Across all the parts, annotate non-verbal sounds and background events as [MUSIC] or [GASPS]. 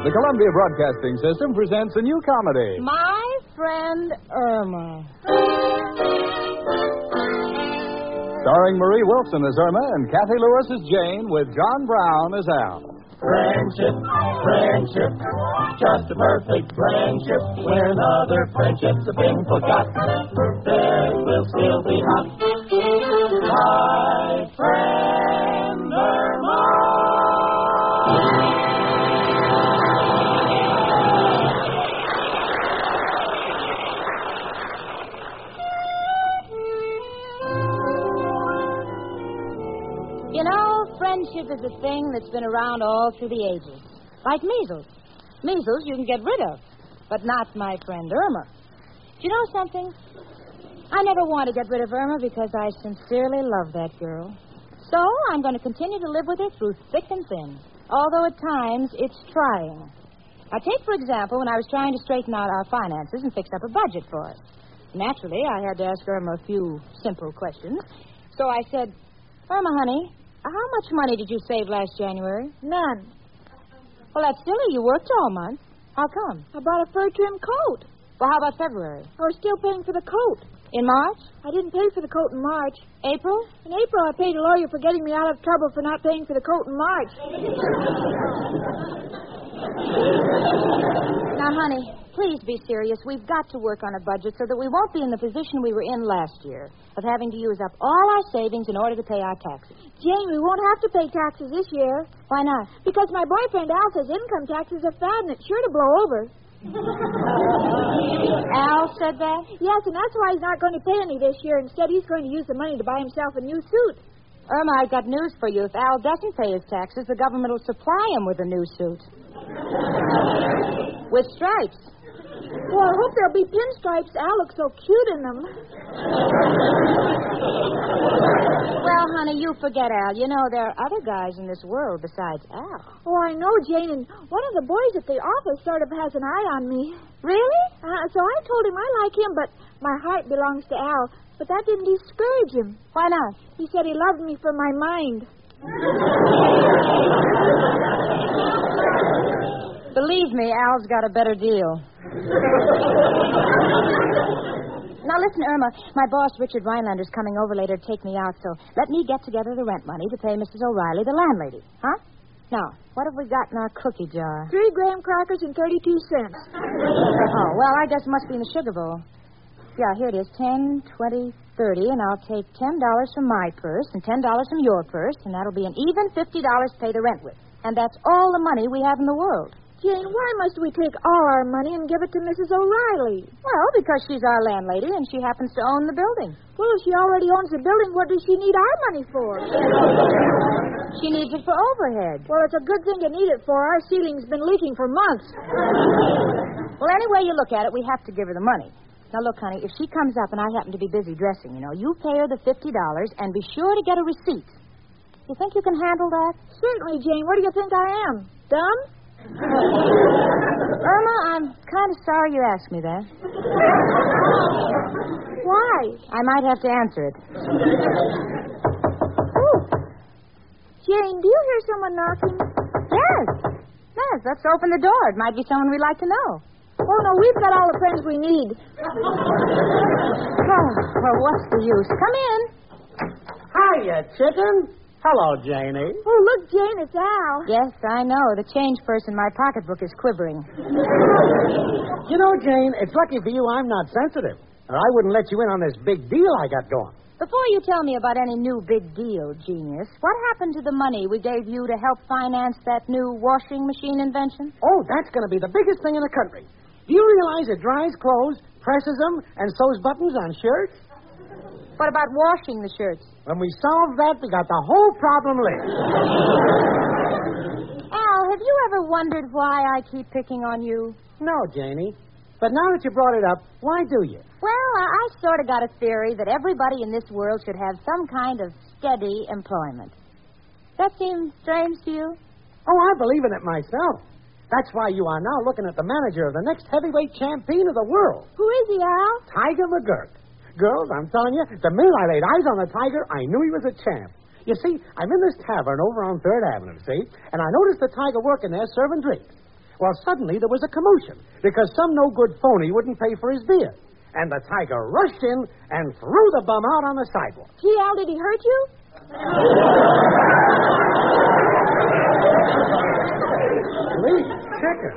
The Columbia Broadcasting System presents a new comedy. My friend Irma. Starring Marie Wilson as Irma and Kathy Lewis as Jane, with John Brown as Al. Friendship, friendship, just a perfect friendship. When other friendships have been forgot, theirs will still be hot. My friend Irma. You know, friendship is a thing that's been around all through the ages. Like measles. Measles you can get rid of, but not my friend Irma. Do you know something? I never want to get rid of Irma because I sincerely love that girl. So I'm going to continue to live with her through thick and thin, although at times it's trying. Now, take, for example, when I was trying to straighten out our finances and fix up a budget for us. Naturally, I had to ask Irma a few simple questions. So I said, Irma, honey, how much money did you save last January? None. Well, that's silly. You worked all month. How come? I bought a fur trim coat. Well, how about February? I was still paying for the coat. In March? I didn't pay for the coat in March. April? In April, I paid a lawyer for getting me out of trouble for not paying for the coat in March. Now, honey, please be serious. We've got to work on a budget so that we won't be in the position we were in last year of having to use up all our savings in order to pay our taxes. Jane, we won't have to pay taxes this year Why not? because my boyfriend Al says income taxes are fad and it's sure to blow over. [LAUGHS] Al said that? Yes, and that's why he's not going to pay any this year. Instead, he's going to use the money to buy himself a new suit. Irma, I've got news for you. If Al doesn't pay his taxes, the government will supply him with a new suit. with stripes. Well, I hope there'll be pinstripes. Al looks so cute in them. Well, honey, you forget Al. You know, there are other guys in this world besides Al. Oh, I know, Jane, and one of the boys at the office sort of has an eye on me. Really? Uh, so I told him I like him, but my heart belongs to Al. But that didn't discourage him. Why not? He said he loved me for my mind. Believe me, Al's got a better deal. now, listen, Irma. My boss, Richard Rhinelander's coming over later to take me out, so let me get together the rent money to pay Mrs. O'Reilly, the landlady. Huh? Now, what have we got in our cookie jar? Three graham crackers and 32 cents. [LAUGHS] Oh, well, I guess it must be in the sugar bowl. Yeah, here it is. Ten, twenty, thirty, and I'll take ten dollars from my purse and ten dollars from your purse, and that'll be an even fifty dollars to pay the rent with. And that's all the money we have in the world. Jane, why must we take all our money and give it to Mrs. O'Reilly? Well, because she's our landlady and she happens to own the building. Well, if she already owns the building, what does she need our money for? She needs it for overhead. Well, it's a good thing to need it for. Our ceiling's been leaking for months. Well, any way you look at it, we have to give her the money. Now, look, honey, if she comes up and I happen to be busy dressing, you know, you pay her the $50 and be sure to get a receipt. You think you can handle that? Certainly, Jane. What do you think I am? Dumb? Irma, I'm kind of sorry you asked me that. Why? I might have to answer it. Jane, do you hear someone knocking? Yes. Yes, let's open the door. It might be someone we'd like to know. Oh, no, we've got all the friends we need. Oh, well, what's the use? Come in. Hiya, chicken. Hello, Janie. Oh, look, Jane, it's Al. Yes, I know. The change purse in my pocketbook is quivering. You know, Jane, it's lucky for you I'm not sensitive, or I wouldn't let you in on this big deal I got going. Before you tell me about any new big deal, genius, what happened to the money we gave you to help finance that new washing machine invention? Oh, that's going to be the biggest thing in the country. Do you realize it dries clothes, presses them, and sews buttons on shirts? What about washing the shirts? When we solve that, we got the whole problem licked. Al, have you ever wondered why I keep picking on you? No, Janie. But now that you brought it up, why do you? Well, I, I sort of got a theory that everybody in this world should have some kind of steady employment. That seems strange to you? Oh, I believe in it myself. That's why you are now looking at the manager of the next heavyweight champion of the world, Who is he, Al? Tiger McGurk. Girls, I'm telling you, the minute I laid eyes on the Tiger, I knew he was a champ. You see, I'm in this tavern over on Third Avenue, see, and I noticed the Tiger working there serving drinks. Well, suddenly there was a commotion because some no good phony wouldn't pay for his beer. And the tiger rushed in and threw the bum out on the sidewalk. Gee, Al, did he hurt you? Lee, checker.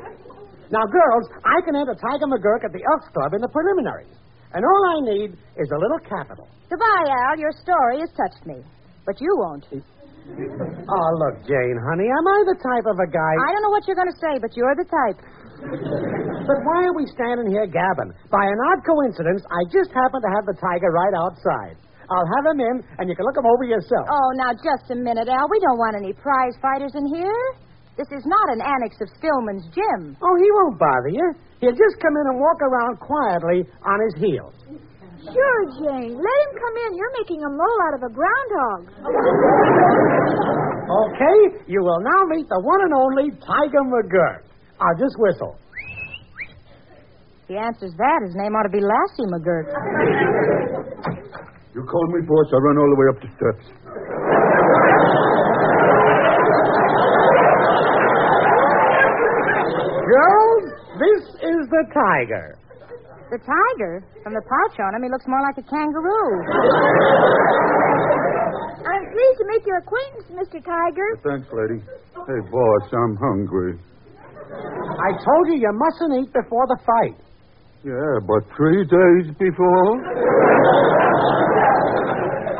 Now, girls, I can enter Tiger McGurk at the Elks Club in the preliminaries. And all I need is a little capital. Goodbye, Al. Your story has touched me. But you won't. Oh, look, Jane, honey, am I the type of a guy. I don't know what you're going to say, but you're the type. But why are we standing here gabbing? By an odd coincidence, I just happen to have the tiger right outside. I'll have him in, and you can look him over yourself. Oh, now just a minute, Al. We don't want any prize fighters in here. This is not an annex of Stillman's gym. Oh, he won't bother you. He'll just come in and walk around quietly on his heels. Sure, Jane. Let him come in. You're making a mole out of a groundhog. Okay? You will now meet the one and only Tiger McGurk. I'll just whistle. The answer's that. His name ought to be Lassie McGurk. You called me boss. I run all the way up the steps. Girls, this is the tiger. The tiger? From the pouch on him, he looks more like a kangaroo. I'm pleased to make your acquaintance, Mr. Tiger. Thanks, lady. Hey, boss, I'm hungry. I told you you mustn't eat before the fight. Yeah, but three days before?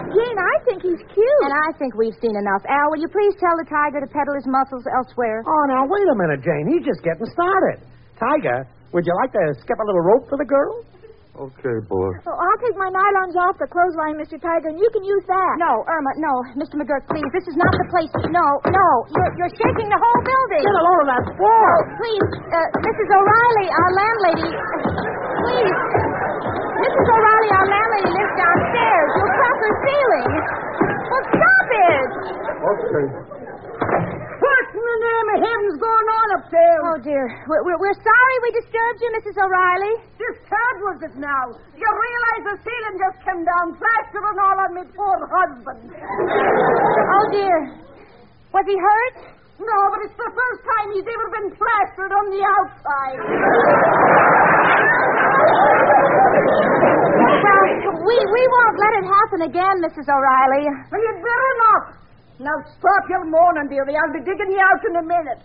Jane, I think he's cute. And I think we've seen enough. Al, will you please tell the tiger to pedal his muscles elsewhere? Oh, now, wait a minute, Jane. He's just getting started. Tiger, would you like to skip a little rope for the girls? Okay, boss. Well, I'll take my nylons off the clothesline, Mr. Tiger, and you can use that. No, Irma, no. Mr. McGurk, please. This is not the place. No, no. You're, you're shaking the whole building. Get a load of that wall. Please, uh, Mrs. O'Reilly, our landlady. Please. Mrs. O'Reilly, our landlady lives downstairs. You'll crack her ceiling. Well, stop it. Okay. What in the name of heaven's going on up there? Oh, dear. We're, we're, we're sorry we disturbed you, Mrs. O'Reilly. Disturbed was it now? You realize the ceiling just came down, plastering all on me poor husband. Oh, dear. Was he hurt? No, but it's the first time he's ever been plastered on the outside. Well, we, we won't let it happen again, Mrs. O'Reilly. Well, you'd better not. Now stop your moaning, dearie. I'll be digging you out in a minute.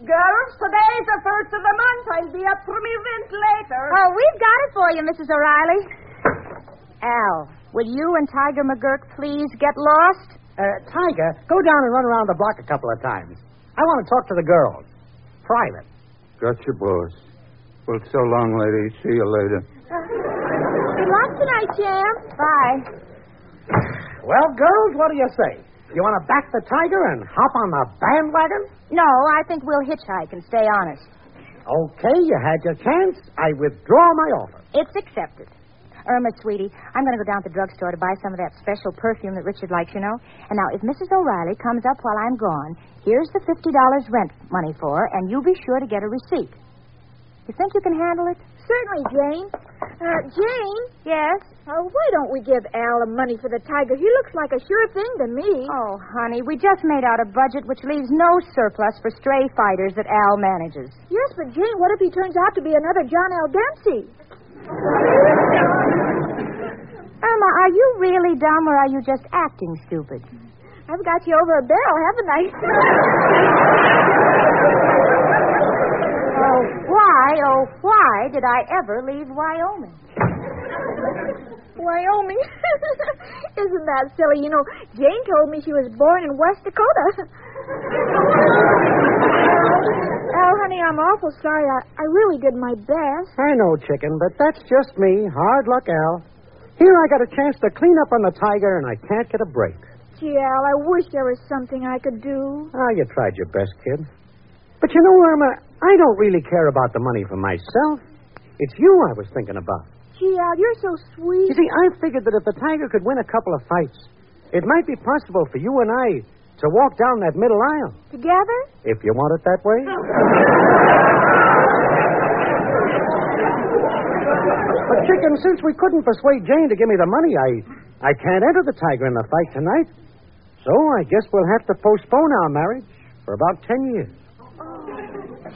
Girls, today's the first of the month. I'll be up from event later. Oh, we've got it for you, Mrs. O'Reilly. Al, will you and Tiger McGurk please get lost? Uh, Tiger, go down and run around the block a couple of times. I want to talk to the girls. Private. Gotcha, boss. Well, so long, lady. See you later. Good luck tonight, Jam. Bye. Well, girls, what do you say? You want to back the tiger and hop on the bandwagon? No, I think we'll hitchhike and stay honest. Okay, you had your chance. I withdraw my offer. It's accepted. Irma, sweetie, I'm going to go down to the drugstore to buy some of that special perfume that Richard likes, you know. And now, if Mrs. O'Reilly comes up while I'm gone, here's the $50 rent money for her, and you be sure to get a receipt. You think you can handle it? Certainly, Jane. Uh, Jane, Yes. uh, why don't we give Al the money for the tiger? He looks like a sure thing to me. Oh, honey, we just made out a budget which leaves no surplus for stray fighters that Al manages. Yes, but Jane, what if he turns out to be another John L. Dempsey? Irma, are you really dumb or are you just acting stupid? I've got you over a barrel, haven't I? Oh, why, oh, why did I ever leave Wyoming? Wyoming. [LAUGHS] Isn't that silly? You know, Jane told me she was born in West Dakota. oh, honey, I'm awful sorry. I, I really did my best. I know, chicken, but that's just me. Hard luck, Al. Here I got a chance to clean up on the tiger, and I can't get a break. Gee, Al, I wish there was something I could do. Ah, you tried your best, kid. But you know, Irma, I don't really care about the money for myself. It's you I was thinking about. Gee, Al, you're so You sweet. see, I figured that if the tiger could win a couple of fights, it might be possible for you and I to walk down that middle aisle, Together? if you want it that way. but, Chicken, since we couldn't persuade Jane to give me the money, I, I can't enter the tiger in the fight tonight. So I guess we'll have to postpone our marriage for about ten years.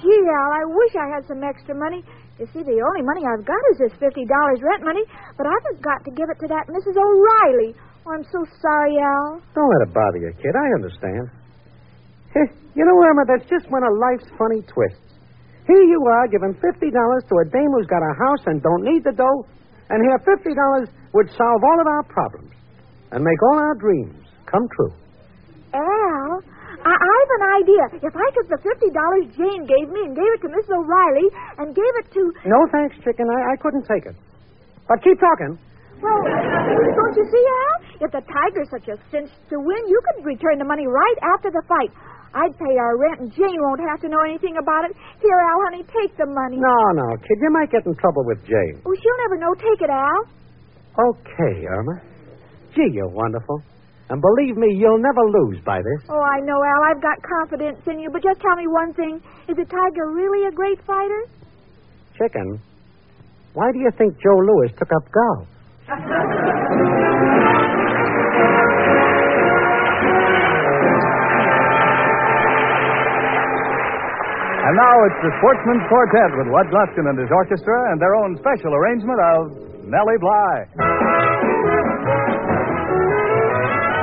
Gee, Al, I wish I had some extra money. You see, the only money I've got is this $50 rent money, but I have got to give it to that Mrs. O'Reilly. Oh, I'm so sorry, Al. Don't let it bother you, kid. I understand. Heh, you know, Irma, that's just one of life's funny twists. Here you are giving $50 to a dame who's got a house and don't need the dough, and here $50 would solve all of our problems and make all our dreams come true. Al, I, I have an idea. If I took the $50 Jane gave me and gave it to Mrs. O'Reilly and gave it to. No thanks, chicken. I, I couldn't take it. But keep talking. Well, don't you see, Al? If the Tiger's such a cinch to win, you could return the money right after the fight. I'd pay our rent, and Jane won't have to know anything about it. Here, Al, honey, take the money. No, no, kid. You might get in trouble with Jane. Oh, she'll never know. Take it, Al. Okay, Irma. Gee, you're wonderful. And believe me, you'll never lose by this. Oh, I know, Al. I've got confidence in you, but just tell me one thing. Is the Tiger really a great fighter? Chicken, why do you think Joe Lewis took up golf? And now it's the Sportsman's Quartet with Lud Gluskin and his orchestra and their own special arrangement of Nellie Bly.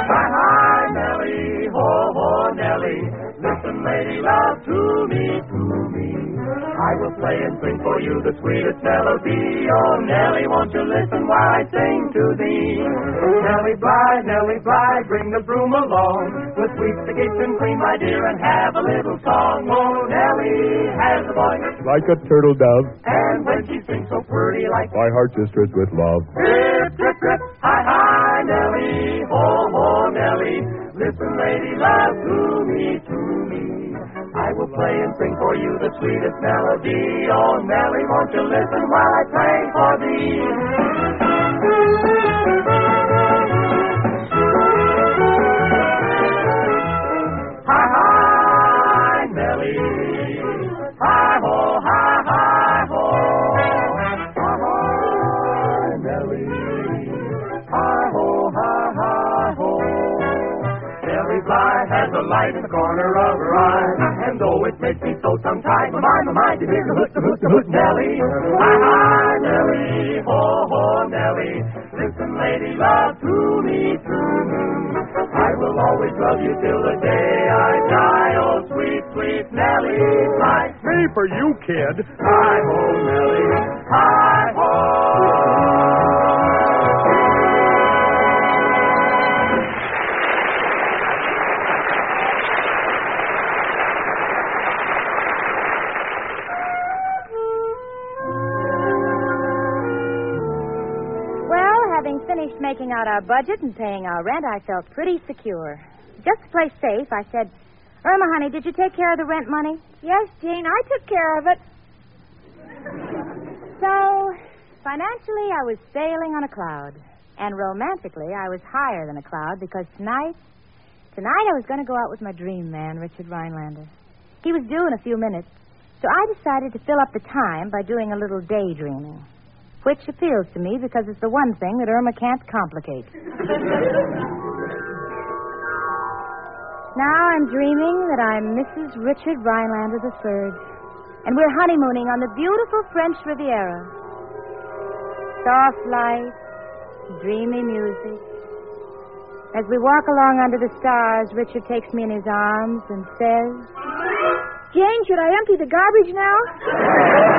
Hi, hi, Nellie, ho, ho, Nellie. Listen, lady love, to me, to me. I will play and sing for you the sweetest melody. Oh, Nellie, won't you listen while I sing to thee? Nellie Bly, Nellie Bly, bring the broom along. With sweet sticks and cream, my dear, and have a little song. Oh, Nellie has a voice, Like a turtle dove, and when she sings so pretty like my heart just thrills with love. Rip, rip, rip. Hi, hi, Nellie. Ho, ho, Nellie. Listen, lady love, to me, to me. I will play and sing for you the sweetest melody. Oh, Nellie, won't you listen while I play for thee? Hi, hi, Nellie. Hi, ho, hi, hi, ho. Hi, hi, Nellie. Hi, ho, hi, hi, ho. Nellie Bly has a light in the corner of her eye. And though it makes me so tongue-tied, my mind, my mind, you hear the hoot, the hoot, the hoot, Nellie. Hi, hi, Nellie. Ho, ho, Nellie. Listen, lady love, to me, to me. I will always love you till the day I die. Oh, sweet, sweet Nellie, my Hey, for you, kid. hi ho, Nellie, hi ho. Well, having finished making out our budget and paying our rent, I felt pretty secure. Just to play safe, I said, Irma, honey, did you take care of the rent money? Yes, Jane, I took care of it. [LAUGHS] So, financially, I was sailing on a cloud. And romantically, I was higher than a cloud because tonight, tonight I was going to go out with my dream man, Richard Rhinelander. He was due in a few minutes, so I decided to fill up the time by doing a little daydreaming, which appeals to me because it's the one thing that Irma can't complicate. now I'm dreaming that I'm Mrs. Richard Rhinelander III, and we're honeymooning on the beautiful French Riviera. Soft lights, dreamy music. As we walk along under the stars, Richard takes me in his arms and says, Jane, should I empty the garbage now?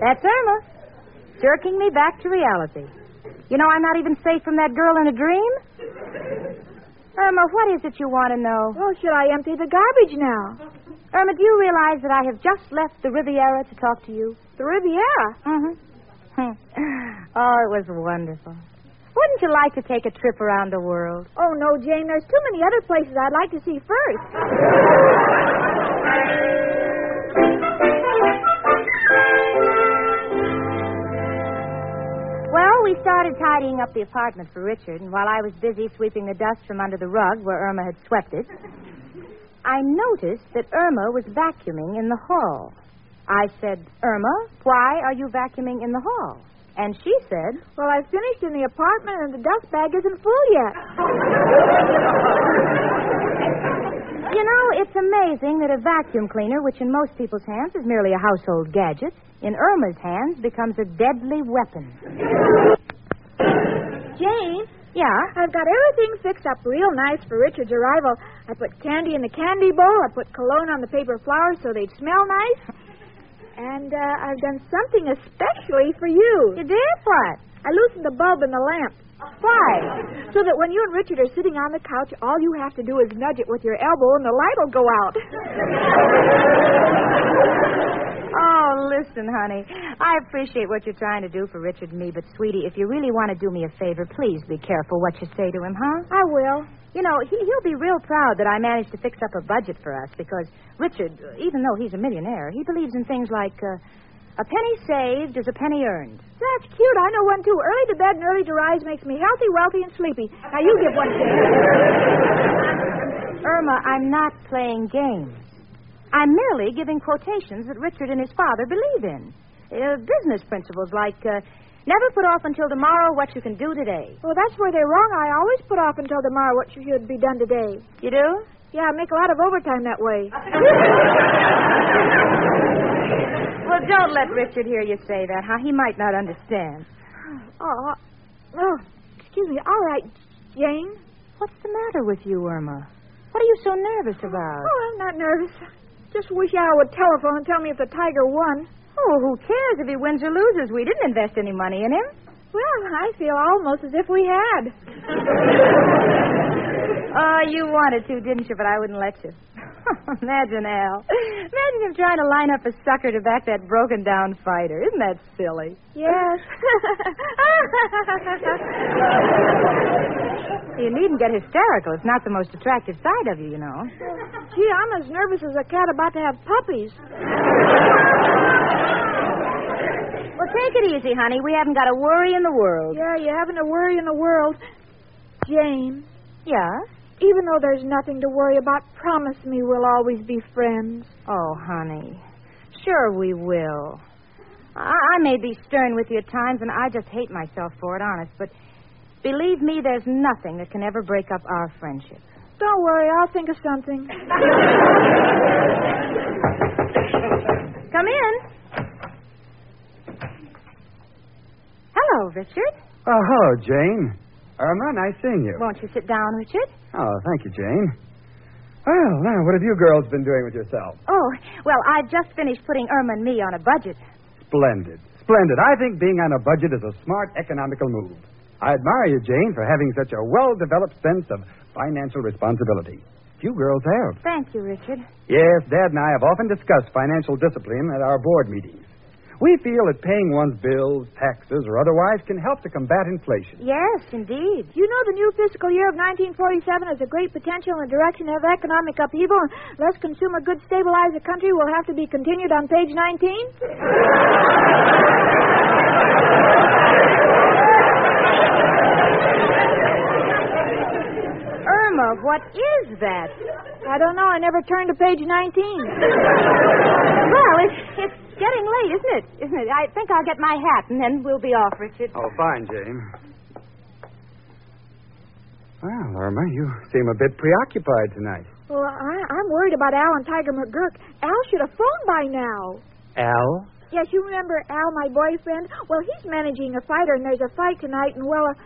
That's Irma, jerking me back to reality. You know, I'm not even safe from that girl in a dream. Irma, what is it you want to know? Oh, should I empty the garbage now? Irma, do you realize that I have just left the Riviera to talk to you? The Riviera. Mm-hmm. [LAUGHS] oh, it was wonderful. Wouldn't you like to take a trip around the world? Oh, no, Jane, there's too many other places I'd like to see first. Well, we started tidying up the apartment for Richard, and while I was busy sweeping the dust from under the rug where Irma had swept it, I noticed that Irma was vacuuming in the hall. I said, Irma, why are you vacuuming in the hall? And she said, Well, I finished in the apartment and the dust bag isn't full yet. You know, it's amazing that a vacuum cleaner, which in most people's hands is merely a household gadget, in Irma's hands becomes a deadly weapon. Jane, Yeah? I've got everything fixed up real nice for Richard's arrival. I put candy in the candy bowl. I put cologne on the paper flowers so they'd smell nice. And uh, I've done something especially for you. You did what? I loosened the bulb in the lamp. Why? So that when you and Richard are sitting on the couch, all you have to do is nudge it with your elbow and the light will go out. [LAUGHS] Oh, listen, honey. I appreciate what you're trying to do for Richard and me, but, sweetie, if you really want to do me a favor, please be careful what you say to him, huh? I will. You know, he, he'll be real proud that I managed to fix up a budget for us because Richard, even though he's a millionaire, he believes in things like uh, a penny saved is a penny earned. That's cute. I know one too. Early to bed and early to rise makes me healthy, wealthy, and sleepy. Now you give one to me. Irma, I'm not playing games. I'm merely giving quotations that Richard and his father believe in. Uh, business principles like uh, never put off until tomorrow what you can do today. Well, that's where they're wrong. I always put off until tomorrow what should be done today. You do? Yeah, I make a lot of overtime that way. Well, don't let Richard hear you say that, huh? He might not understand. Oh, oh, excuse me. All right, Jane. What's the matter with you, Irma? What are you so nervous about? Oh, I'm not nervous. Just wish Al would telephone and tell me if the Tiger won. Oh, who cares if he wins or loses? We didn't invest any money in him. Well, I feel almost as if we had. Oh, you wanted to, didn't you? But I wouldn't let you. [LAUGHS] Imagine Al. Imagine him trying to line up a sucker to back that broken down fighter. Isn't that silly? Yes. [LAUGHS] You needn't get hysterical. It's not the most attractive side of you, you know. Gee, I'm as nervous as a cat about to have puppies. Well, take it easy, honey. We haven't got a worry in the world. Yeah, you haven't a worry in the world. Jane, Yeah? even though there's nothing to worry about, promise me we'll always be friends. Oh, honey. Sure we will. I, I may be stern with you at times, and I just hate myself for it, honest, but believe me, there's nothing that can ever break up our friendship. Don't worry, I'll think of something. Come in. Hello, Richard. Oh, hello, Jane. Irma, nice seeing you. Won't you sit down, Richard? Oh, thank you, Jane. Well, now, what have you girls been doing with yourselves? Oh, well, I've just finished putting Irma and me on a budget. Splendid. Splendid. I think being on a budget is a smart, economical move. I admire you, Jane, for having such a well developed sense of financial responsibility. Few girls have. Thank you, Richard. Yes, Dad and I have often discussed financial discipline at our board meetings. We feel that paying one's bills, taxes, or otherwise can help to combat inflation. Yes, indeed. You know, the new fiscal year of 1947 has a great potential in the direction of economic upheaval. Unless consumer goods stabilize the country, will have to be continued on page 19. Irma, what is that? I don't know. I never turned to page 19. Well, it's, it's getting late, isn't it? Isn't it? I think I'll get my hat, and then we'll be off, Richard. Oh, fine, Jane. Well, Irma, you seem a bit preoccupied tonight. Well, I, I'm worried about Al and Tiger McGurk. Al should have phoned by now. Al? Yes, you remember Al, my boyfriend? Well, he's managing a fighter, and there's a fight tonight, and, well, a,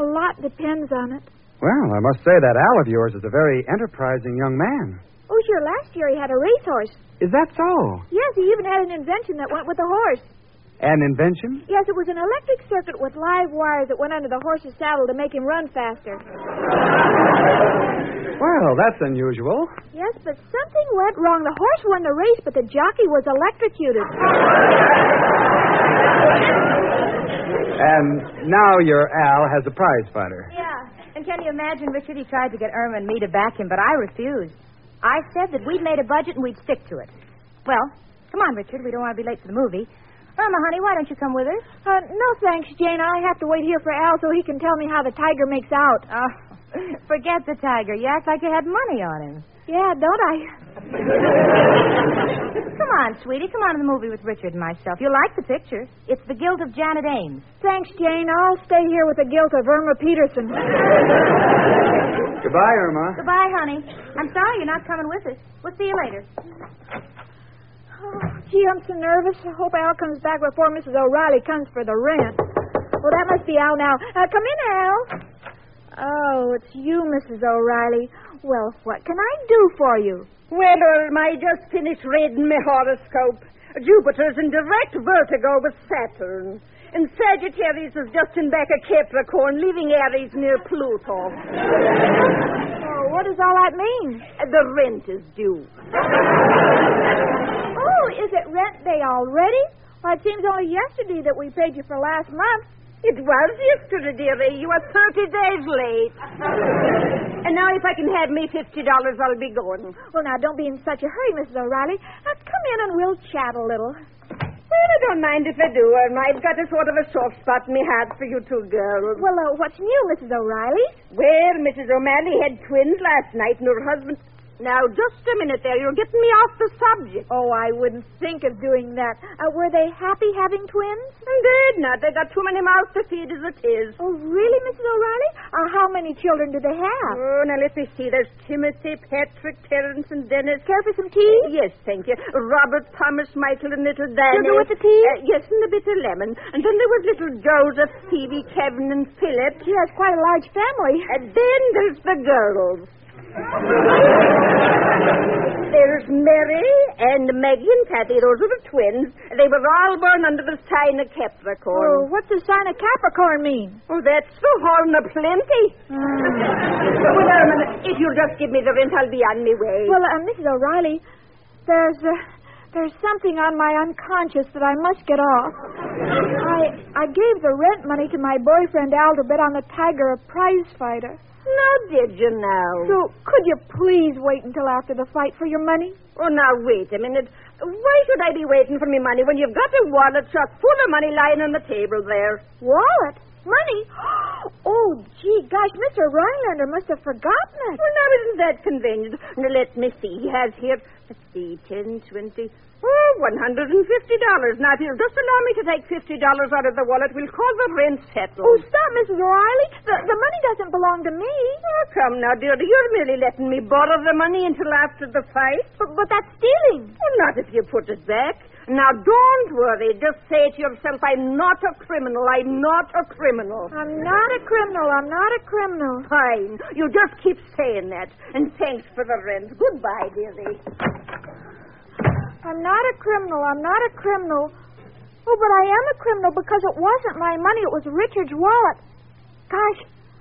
a lot depends on it. Well, I must say that Al of yours is a very enterprising young man. Oh, sure, last year he had a racehorse. Is that so? Yes, he even had an invention that went with the horse. An invention? Yes, it was an electric circuit with live wires that went under the horse's saddle to make him run faster. Well, that's unusual. Yes, but something went wrong. The horse won the race, but the jockey was electrocuted. And now your Al has a prize fighter. Yeah. And can you imagine, Richard? He tried to get Irma and me to back him, but I refused. I said that we'd made a budget and we'd stick to it. Well, come on, Richard. We don't want to be late for the movie. Irma, honey, why don't you come with us? Uh, no thanks, Jane. I have to wait here for Al so he can tell me how the tiger makes out. [LAUGHS] Oh, forget the tiger. You act like you had money on him. Yeah, don't I? Come on, sweetie. Come on to the movie with Richard and myself. You'll like the picture. It's The Guild of Janet Ames. Thanks, Jane. I'll stay here with the guilt of Irma Peterson. Goodbye, Irma. Goodbye, honey. I'm sorry you're not coming with us. We'll see you later. Oh, gee, I'm so nervous. I hope Al comes back before Mrs. O'Reilly comes for the rent. Well, that must be Al now. Uh, come in, Al. Oh, it's you, Mrs. O'Reilly. Well, what can I do for you? Well, Irma, I just finished reading my horoscope. Jupiter's in direct vertigo with Saturn. And Sagittarius is just in back of Capricorn, leaving Aries near Pluto. Oh, what does all that mean? The rent is due. Oh, is it rent day already? Well, it seems only yesterday that we paid you for last month. It was yesterday, dearie. You are 30 days late. and now, if I can have me $50, I'll be going. Well, now, don't be in such a hurry, Mrs. O'Reilly. Now, come in and we'll chat a little. Well, I don't mind if I do, Irma. I've got a sort of a soft spot in my heart for you two girls. Well, uh, what's new, Mrs. O'Reilly? Well, Mrs. O'Malley had twins last night, and her husband. Now, just a minute there. You're getting me off the subject. Oh, I wouldn't think of doing that. Uh, were they happy having twins? Indeed not. They got too many mouths to feed as it is. Oh, really, Mrs. O'Reilly? Uh, how many children do they have? Oh, now let me see. There's Timothy, Patrick, Terence, and Dennis. Care for some tea? Yes, thank you. Robert, Thomas, Michael, and little Danny. Sugar with the tea? Uh, yes, and a bit of lemon. And then there was little Joseph, Phoebe, Kevin, and Philip. She has quite a large family. And then there's the girls. There's Mary and Maggie and Patty. Those are the twins. They were all born under the sign of Oh, Capricorn. what's the sign of Capricorn mean? Oh, that's the horn of plenty. Uh, well, Irma, if you'll just give me the rent, I'll be on my way. Well, uh, Mrs. O'Reilly, there's uh, there's something on my unconscious that I must get off. I I gave the rent money to my boyfriend Al to bet on the Tiger, a prize fighter. now, did you now? So could you please wait until after the fight for your money? Oh, now, wait a minute. Why should I be waiting for me money when you've got a wallet chock full of money lying on the table there? Wallet, money. [GASPS] Oh, gee, gosh, Mr. Rhinelander must have forgotten it. Well, now, isn't that convenient? Now, let me see. He has here, let's see, ten, twenty, oh, one hundred and fifty dollars. Now, if you'll just allow me to take $50 out of the wallet, we'll call the rent settled. Oh, stop, Mrs. O'Reilly. The the money doesn't belong to me. Oh, come now, dear. You're merely letting me borrow the money until after the fight. But, but that's stealing. Well, not if you put it back. Now, don't worry. Just say to yourself, I'm not a criminal. I'm not a criminal. I'm not a criminal. I'm not a criminal. Fine. You just keep saying that. And thanks for the rent. Goodbye, dearie. I'm not a criminal. I'm not a criminal. Oh, but I am a criminal because it wasn't my money. It was Richard's wallet. Gosh,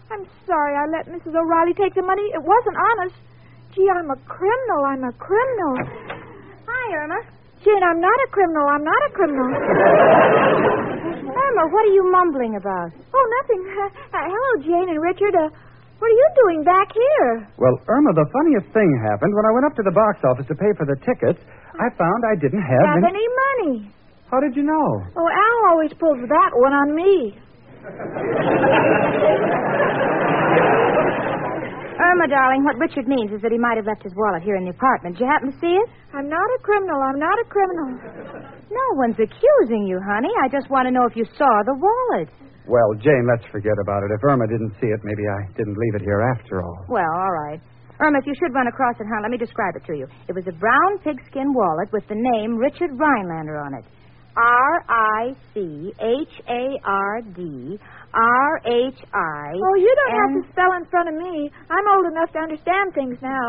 I'm sorry I let Mrs. O'Reilly take the money. It wasn't honest. Gee, I'm a criminal. I'm a criminal. Hi, Irma. Jane, I'm not a criminal. I'm not a criminal. Irma, what are you mumbling about? oh, nothing. [LAUGHS] Uh, uh, hello, Jane and Richard. Uh, what are you doing back here? Well, Irma, the funniest thing happened when I went up to the box office to pay for the tickets. I found I didn't have Have any. any money? How did you know? Oh, Al always pulls that one on me. Irma, darling, what Richard means is that he might have left his wallet here in the apartment. Did you happen to see it? I'm not a criminal. I'm not a criminal. No one's accusing you, honey. I just want to know if you saw the wallet. Well, Jane, let's forget about it. If Irma didn't see it, maybe I didn't leave it here after all. Well, all right. Irma, if you should run across it, huh? Let me describe it to you. It was a brown pigskin wallet with the name Richard Rhinelander on it. R I C H A R D R H I. Oh, you don't have and- to spell in front of me. I'm old enough to understand things now.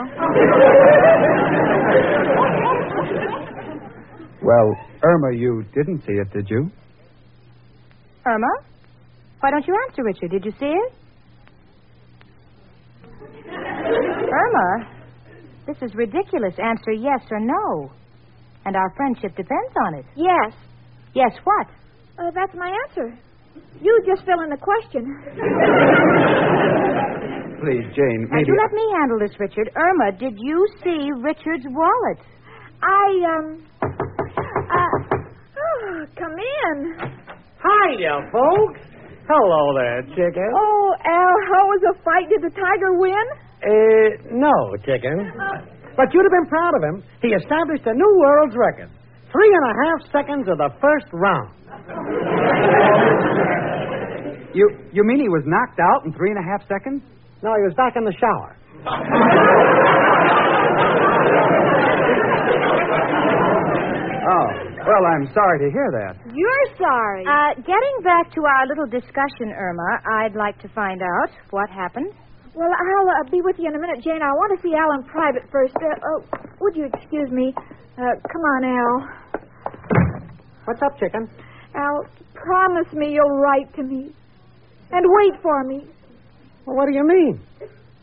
Well, Irma, you didn't see it, did you? Irma? Why don't you answer, Richard? Did you see it? Irma, this is ridiculous. Answer yes or no. And our friendship depends on it. Yes. Yes, what? Uh, that's my answer. You just fill in the question. Please, Jane, Now, maybe. you let me handle this, Richard. Irma, did you see Richard's wallet? I, um. Uh, oh, come in. Hiya, folks. Hello there, chicken. Oh, Al, how was the fight? Did the tiger win? Uh, no, chicken. But you'd have been proud of him. He established a new world's record. Three and a half seconds of the first round. You, you mean he was knocked out in three and a half seconds? No, he was back in the shower. Oh, well, I'm sorry to hear that. You're sorry. Uh, getting back to our little discussion, Irma, I'd like to find out what happened. well, I'll uh, be with you in a minute, Jane. I want to see Al in private first. Uh, oh, would you excuse me? Uh, come on, Al. What's up, chicken? Al, promise me you'll write to me. And wait for me. Well, what do you mean?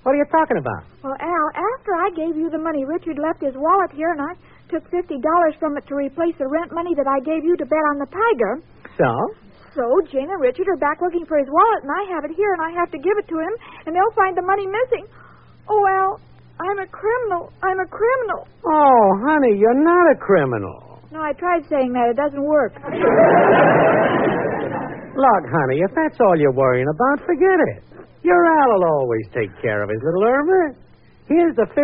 What are you talking about? Well, Al, after I gave you the money, Richard left his wallet here, and I took $50 from it to replace the rent money that I gave you to bet on the tiger. So? So Jane and Richard are back looking for his wallet, and I have it here, and I have to give it to him, and they'll find the money missing. Oh, Al, I'm a criminal. I'm a criminal. Oh, honey, you're not a criminal. No, I tried saying that. It doesn't work. Look, honey, if that's all you're worrying about, forget it. Your Al will always take care of his little Irma. Here's the $50 to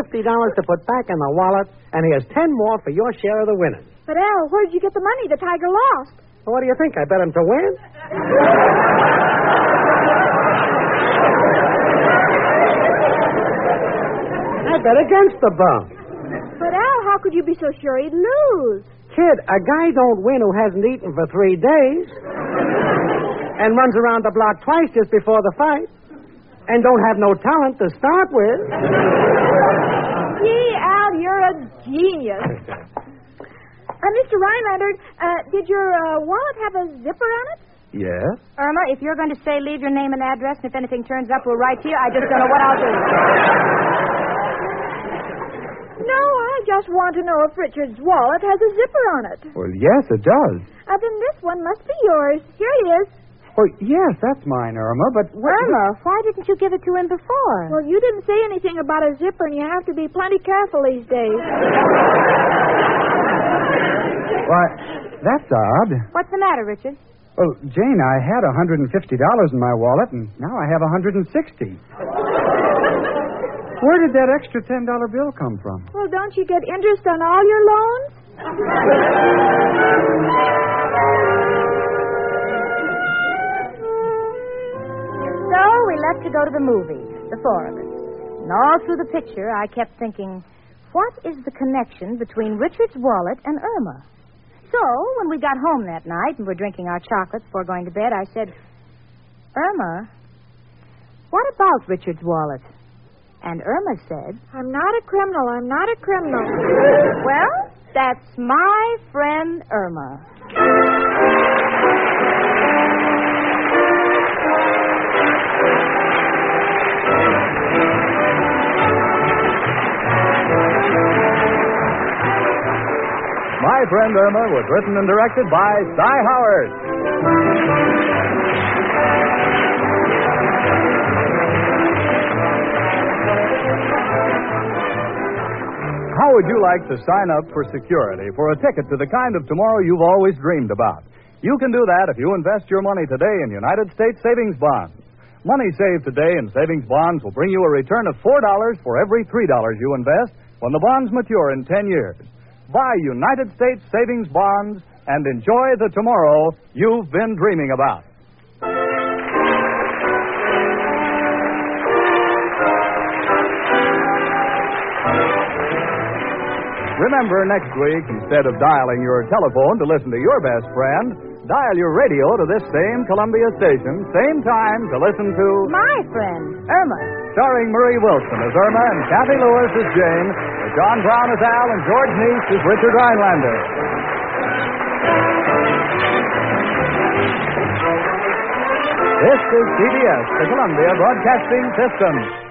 put back in the wallet, and here's 10 more for your share of the winnings. But, Al, where'd you get the money the tiger lost? What do you think? I bet him to win? I bet against the bum. But, Al, how could you be so sure he'd lose? Kid, a guy don't win who hasn't eaten for three days and runs around the block twice just before the fight and don't have no talent to start with. Gee, Al, you're a genius. Uh, Mr. Rhinelander, uh, did your uh, wallet have a zipper on it? Yes? Irma, if you're going to say leave your name and address, and if anything turns up, we'll write to you. I just don't know what I'll do. No, I just want to know if Richard's wallet has a zipper on it. Well, yes, it does. Uh, then this one must be yours. Here it is. Well, yes, that's mine, Irma, but. Irma, why didn't you give it to him before? Well, you didn't say anything about a zipper, and you have to be plenty careful these days. Why, that's odd. What's the matter, Richard? Well, Jane, I had $150 in my wallet, and now I have 160 Where did that extra $10 bill come from? Well, don't you get interest on all your loans? So we left to go to the movie, the four of us. And all through the picture, I kept thinking, what is the connection between Richard's wallet and Irma? So when we got home that night and were drinking our chocolates before going to bed, I said, Irma, what about Richard's wallet? And Irma said, I'm not a criminal. I'm not a criminal. Well, that's my friend Irma. My Friend Irma was written and directed by Cy Howard. How would you like to sign up for security for a ticket to the kind of tomorrow you've always dreamed about? You can do that if you invest your money today in United States savings bonds. Money saved today in savings bonds will bring you a return of $4 for every $3 you invest when the bonds mature in 10 years. Buy United States savings bonds and enjoy the tomorrow you've been dreaming about. Remember, next week, instead of dialing your telephone to listen to your best friend, dial your radio to this same Columbia station, same time to listen to My friend Irma. starring Marie Wilson as Irma and Kathy Lewis as Jane, with John Brown as Al and George Neese as Richard Rhinelander. This is CBS, the Columbia Broadcasting System.